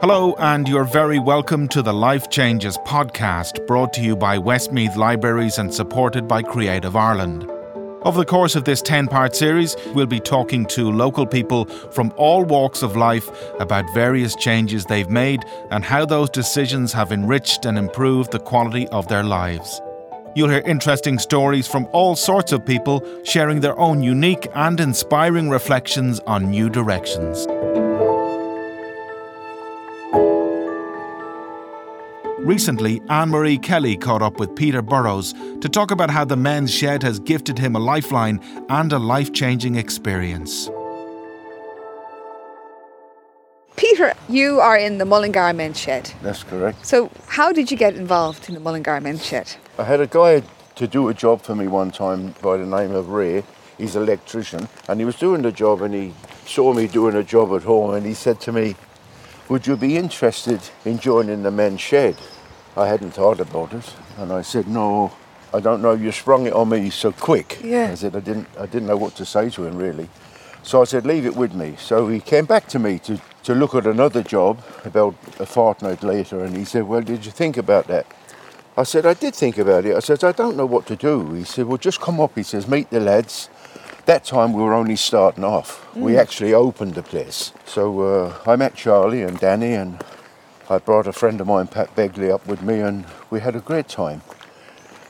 Hello, and you're very welcome to the Life Changes podcast, brought to you by Westmeath Libraries and supported by Creative Ireland. Over the course of this 10 part series, we'll be talking to local people from all walks of life about various changes they've made and how those decisions have enriched and improved the quality of their lives. You'll hear interesting stories from all sorts of people sharing their own unique and inspiring reflections on new directions. Recently, Anne Marie Kelly caught up with Peter Burrows to talk about how the men's shed has gifted him a lifeline and a life changing experience. Peter, you are in the Mullingar Men's Shed. That's correct. So, how did you get involved in the Mullingar Men's Shed? I had a guy to do a job for me one time by the name of Ray. He's an electrician and he was doing the job and he saw me doing a job at home and he said to me, Would you be interested in joining the men's shed? I hadn't thought about it and I said, No, I don't know, you sprung it on me so quick. Yeah. I said I didn't I didn't know what to say to him really. So I said, Leave it with me. So he came back to me to, to look at another job about a fortnight later and he said, Well, did you think about that? I said, I did think about it. I said, I don't know what to do. He said, Well, just come up. He says, Meet the lads. That time we were only starting off. We actually opened the place. So uh, I met Charlie and Danny, and I brought a friend of mine, Pat Begley, up with me, and we had a great time.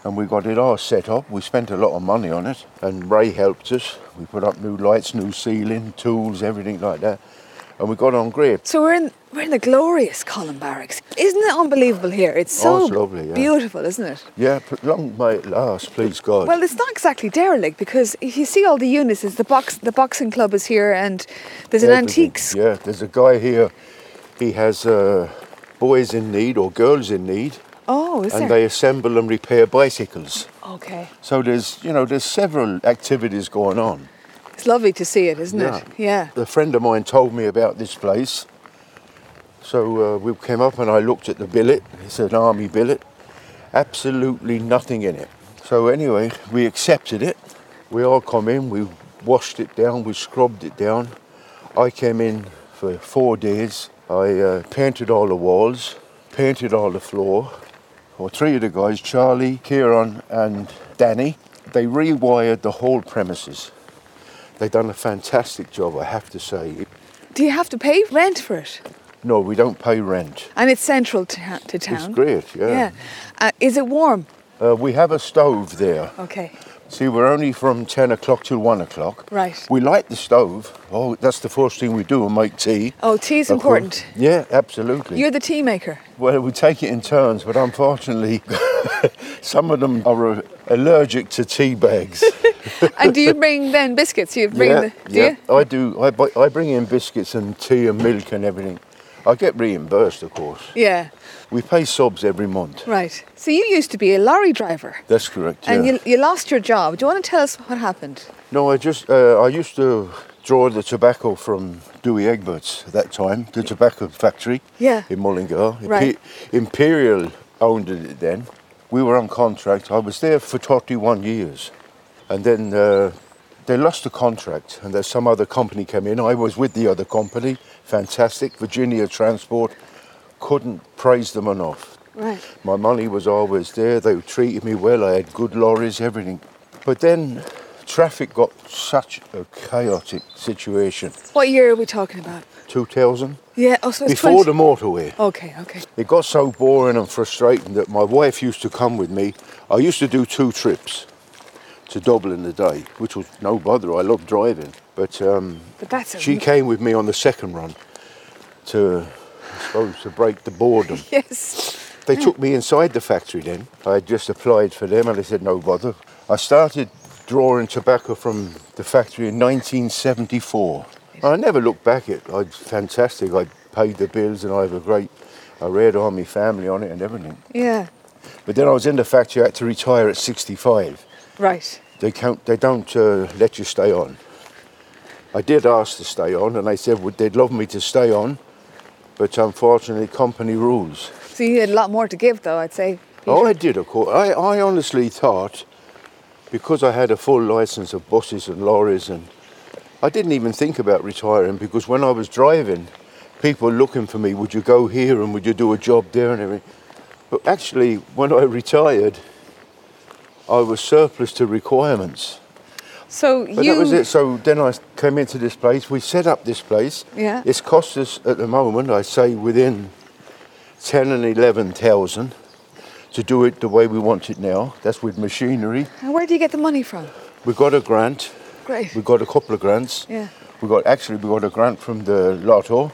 And we got it all set up. We spent a lot of money on it, and Ray helped us. We put up new lights, new ceiling, tools, everything like that. And we got on great. So, we're in, we're in the glorious Colin Barracks. Isn't it unbelievable here? It's so Oh, it's lovely, yeah. beautiful, isn't it? Yeah, p- long may it last, please God. Well, it's not exactly derelict because if you see all the units, it's the box, the boxing club is here, and there's an everything. antiques. Yeah, there's a guy here. He has uh, boys in need or girls in need, Oh, is and there? they assemble and repair bicycles. okay, So there's you know there's several activities going on. it's lovely to see it, isn't it? Yeah. A friend of mine told me about this place. So uh, we came up and I looked at the billet. It's an army billet. Absolutely nothing in it. So anyway, we accepted it. We all come in, we washed it down, we scrubbed it down. I came in for four days. I uh, painted all the walls, painted all the floor. Or three of the guys, Charlie, Kieran, and Danny, they rewired the whole premises. They've done a fantastic job, I have to say. Do you have to pay rent for it? No, we don't pay rent. And it's central to, ta- to town. It's great, Yeah. yeah. Uh, is it warm? Uh, we have a stove there. Okay. See, we're only from 10 o'clock till 1 o'clock. Right. We light the stove. Oh, that's the first thing we do and make tea. Oh, tea's Of course. important. Yeah, absolutely. You're the tea maker. Well, we take it in turns, but unfortunately, some of them are uh, allergic to tea bags. and do you bring then biscuits? You bring the, do you? I do. I, bu- I bring in biscuits and tea and milk and everything. I get reimbursed, of course. Yeah, We pay subs every month. right. So you used to be a lorry driver That's correct. and yeah. you, you lost your job. Do you want to tell us what happened? No, I just uh, I used to draw the tobacco from Dewey Egberts at that time, the tobacco factory Yeah. in Mullingar. Right. Imperial owned it then. We were on contract. I was there for 31 years, and then uh, they lost the contract, and there's some other company came in. I was with the other company, fantastic Virginia Transport. Couldn't praise them enough. Right. My money was always there. They treated me well. I had good lorries, everything. But then traffic got such a chaotic situation. What year are we talking about? 2000, Yeah, oh, so it's before 20 the motorway. Okay, okay. It got so boring and frustrating that my wife used to come with me. I used to do two trips to Dublin a day, which was no bother. I loved driving. But um, But that's a she came with me on the second run to, I suppose, to break the boredom. yes. They took me inside the factory then. I had just applied for them and they said, no bother. I started drawing tobacco from the factory in 1974. I never looked back at it. I fantastic. I paid the bills and I have a great, I read on my family on it and everything. Yeah, But then I was in the factory, I had to retire at 65. right. They, can't, they don't uh, let you stay on. I did ask to stay on and they said well, they'd love me to stay on, but unfortunately company rules. So you had a lot more to give, though, I'd say. Oh, I did, of course. I, I honestly thought, because I had a full license of buses and lorries, and I didn't even think about retiring because when I was driving, people looking for me, would you go here and would you do a job there and everything. But actually, when I retired, I was surplus to requirements. So But you. that was it. So then I came into this place. We set up this place. Yeah. It's cost us at the moment, I say, within ten and eleven thousand to do it the way we want it now. That's with machinery. And where do you get the money from? We got a grant. Great. We got a couple of grants. Yeah. We got actually we got a grant from the lotto,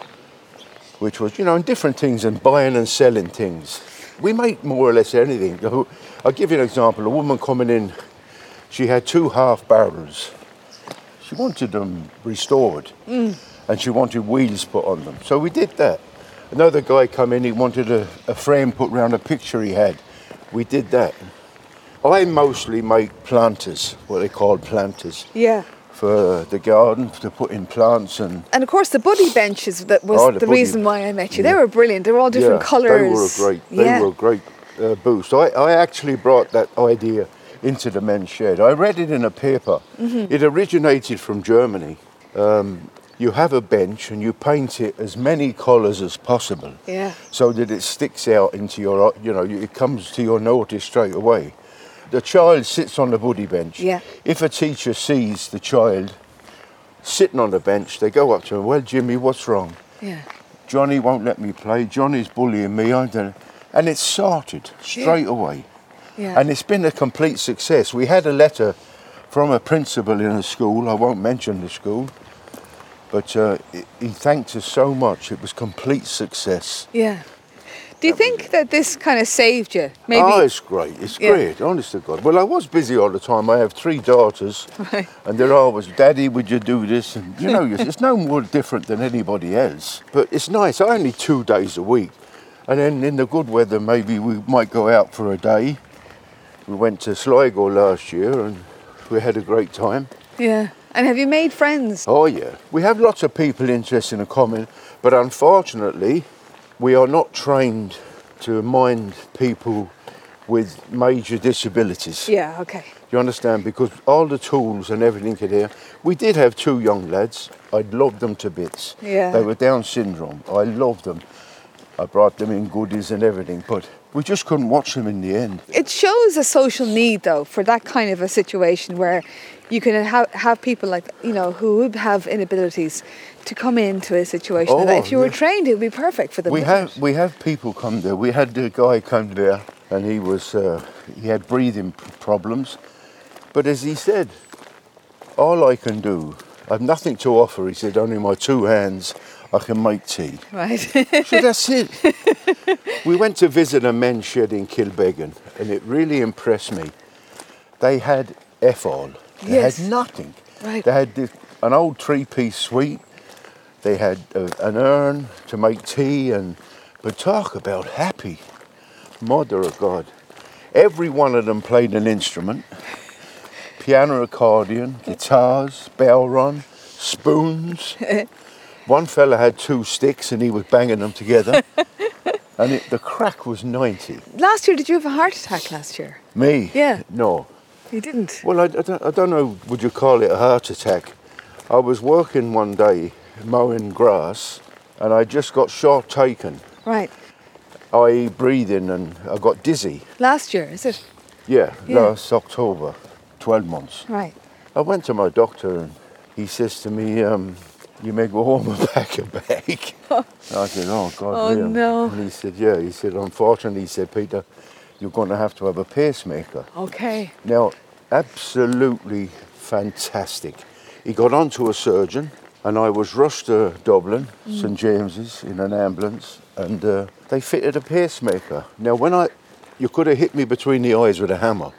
which was you know in different things and buying and selling things. We make more or less anything. I'll give you an example. A woman coming in, she had two half barrels. She wanted them restored, and she wanted wheels put on them. So we did that. Another guy come in. He wanted a, a frame put round a picture he had. We did that. I mostly make planters, what they call planters Yeah. for the garden to put in plants and And of course, the buddy benches that was Oh, the, the buddy- reason why I met you. They Yeah. were brilliant. They were all different yeah, colours. They were a great, they yeah. were a great uh, boost. I, I actually brought that idea into the men's shed. I read it in a paper. Mm-hmm. It originated from Germany. Um, you have a bench and you paint it as many colours as possible, Yeah. so that it sticks out into your, uh, you know, it comes to your notice straight away. The child sits on the buddy bench. Yeah. If a teacher sees the child sitting on the bench, they go up to him. Well, Jimmy, what's wrong? yeah. Johnny won't let me play. Johnny's bullying me. I don't. And it's sorted straight away. Yeah. And it's been a complete success. We had a letter from a principal in a school. I won't mention the school, but uh, he- he thanked us so much. It was complete success. yeah. Do you think that this kind of saved you? Maybe. Oh, it's great. It's Yeah. great. Honest to God. Well, I was busy all the time. I have three daughters, Right. and they're always, "Daddy, would you do this?" And you know, it's it's no more different than anybody else. But it's nice. I only two days a week, and then in the good weather, maybe we might go out for a day. We went to Sligo last year, and we had a great time. Yeah. And have you made friends? Oh yeah, we have lots of people interested in common, but unfortunately, we are not trained to mind people with major disabilities. Yeah, okay. You understand? Because all the tools and everything in here. We did have two young lads. I loved them to bits. Yeah. They were Down syndrome. I loved them. I brought them in goodies and everything, but we just couldn't watch them in the end. It shows a social need, though, for that kind of a situation where you can ha- have people like, you know, who would have inabilities to come into a situation. Oh, that if you were yeah. trained, it would be perfect for them. We wouldn't have we have people come there. We had the guy come there, and he was uh, he had breathing p- problems. But as he said, all I can do, I've nothing to offer. He said, only my two hands, I can make tea. it? Right. So that's it. we went to visit a men's shed in Kilbegan, and it really impressed me. They had F all. They Yes. had nothing. Right. They had this, an old three-piece suite. They had a, an urn to make tea, and but talk about happy, mother of God. Every one of them played an instrument: piano, accordion, guitars, bell run, spoons. One fella had two sticks and he was banging them together. and it, the crack was 90. last year, did you have a heart attack last year? Me? Yeah. No. You didn't. Well, I, I don't, I don't know, would you call it a heart attack? I was working one day mowing grass and I just got short taken, Right. i.e., breathing, and I got dizzy. Last year, is it? Yeah, Yeah. last October, 12 months. Right. I went to my doctor and he says to me, um, you may go home and pack a bag. And I said, oh God. Oh, Liam." no. And he said, yeah. He said, unfortunately, he said, Peter, you're going to have to have a pacemaker. Okay. Now, absolutely fantastic. He got on to a surgeon, and I was rushed to Dublin, St James's, in an ambulance, and uh, they fitted a pacemaker. Now, when I, you could have hit me between the eyes with a hammer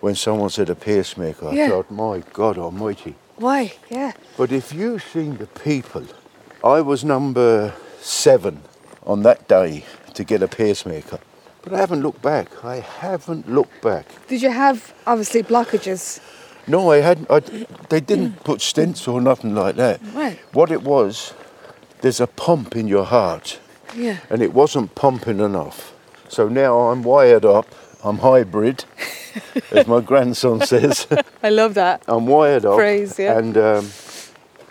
when someone said a pacemaker. Yeah. I thought, my God Almighty. Why? Yeah. But if you've seen the people, I was number seven on that day to get a pacemaker. But I haven't looked back. I haven't looked back. Did you have obviously blockages? No, I hadn't. I, they didn't put stents or nothing like that. Right. What it was, there's a pump in your heart, Yeah. and it wasn't pumping enough. So now I'm wired up. I'm hybrid, as my grandson says. I love that. I'm wired up. Phrase, yeah. And um,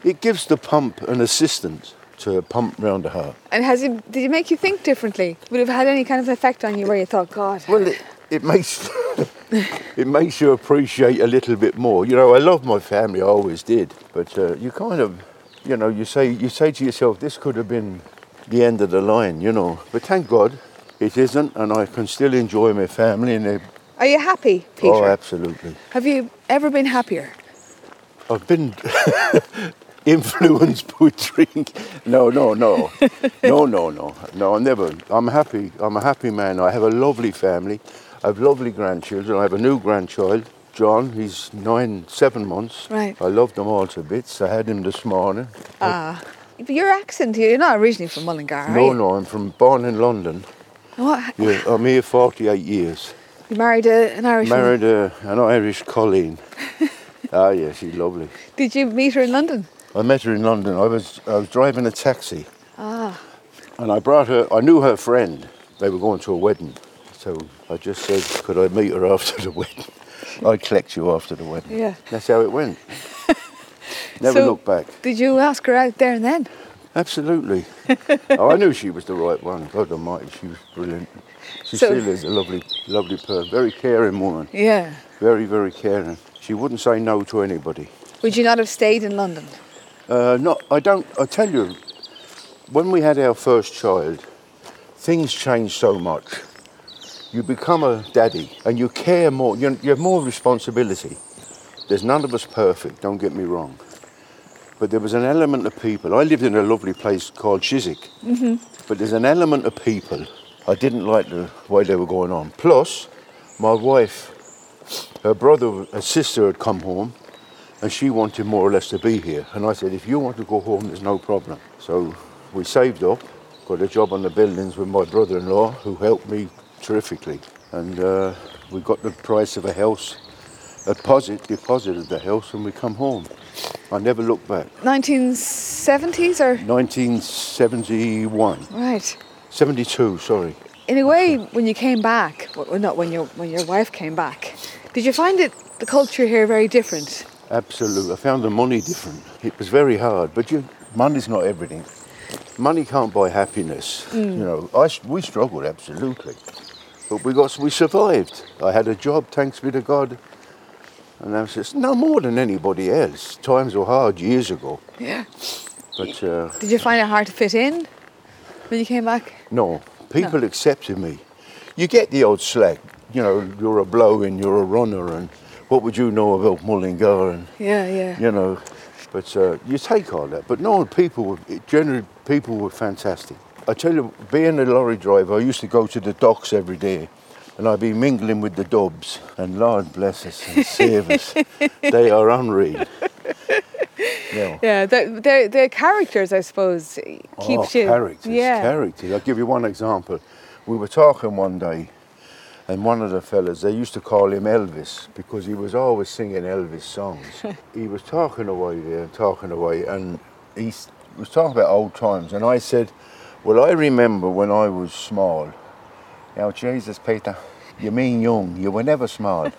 It gives the pump an assistance to a pump round the heart. And has it, did it make you think differently? Would it have had any kind of effect on you where you thought, God, Well, it, it makes it makes you appreciate a little bit more. You know, I love my family, I always did, but uh, you kind of, you know, you say you say to yourself, this could have been the end of the line, you know. But thank God, it isn't, and I can still enjoy my family. And they, are you happy, Peter? oh, absolutely. Have you ever been happier? I've been influenced by drink. No, no, no, no, no, no, no. I never. I'm happy. I'm a happy man. I have a lovely family. I have lovely grandchildren. I have a new grandchild, John. He's nine, seven months. Right. I love them all to bits. I had him this morning. Ah. But your accent, you're not originally from Mullingar, are No, you? no. I'm from born in London. What? Yeah, I'm here 48 years. You married a, an Irish woman. Married a, an Irish Colleen. ah, yeah, she's lovely. Did you meet her in London? I met her in London. I was I was driving a taxi. Ah. And I brought her, I knew her friend. They were going to a wedding. So I just said, could I meet her after the wedding? I'd collect you after the wedding. Yeah. That's how it went. Never So- looked back. Did you ask her out there and then? Absolutely. oh, I knew she was the right one. God almighty, she was brilliant. She So- still is a lovely, lovely person. Very caring woman. Yeah. Very, very caring. She wouldn't say no to anybody. Would you not have stayed in London? Uh, no, I don't. I tell you, when we had our first child, things change so much. You become a daddy, and you care more. You, you have more responsibility. There's none of us perfect. Don't get me wrong. But there was an element of people. I lived in a lovely place called Chiswick, mm-hmm. but there's an element of people I didn't like the way they were going on. Plus, my wife, her brother, her sister had come home, and she wanted more or less to be here. And I said, if you want to go home, there's no problem. So we saved up, got a job on the buildings with my brother-in-law, who helped me terrifically. And uh, we got the price of a house, a deposit, deposited the house, and we come home. I never looked back. 1970s or? 1971, Right. 72, sorry. In a way, when you came back, well, not when your when your wife came back, did you find it the culture here very different? Absolutely. I found the money different. It was very hard, but you, money's not everything. Money can't buy happiness. You know, I, s- we struggled absolutely, but we got we survived. I had a job, thanks be to God, and I was just no more than anybody else. Times were hard years ago, Yeah. but uh, Did you find it hard to fit in when you came back? no, people accepted me. You get the old slack. You know, you're a blow and you're a runner, and what would you know about Mullingar and Yeah, yeah. you know. But uh, you take all that. But no, people were it- generally people were fantastic. I tell you, being a lorry driver, I used to go to the docks every day, and I'd be mingling with the Dobbs. And Lord bless us and save us, they are unreal. Now, Yeah, the, their, their characters, I suppose, keeps oh, you. characters, Yeah. characters. I'll give you one example. We were talking one day, and one of the fellas, they used to call him Elvis because he was always singing Elvis songs. he was talking away there, talking away, and he s- was talking about old times. And I said, Well, I remember when I was small. Now, Jesus, Peter, you mean young, you were never small.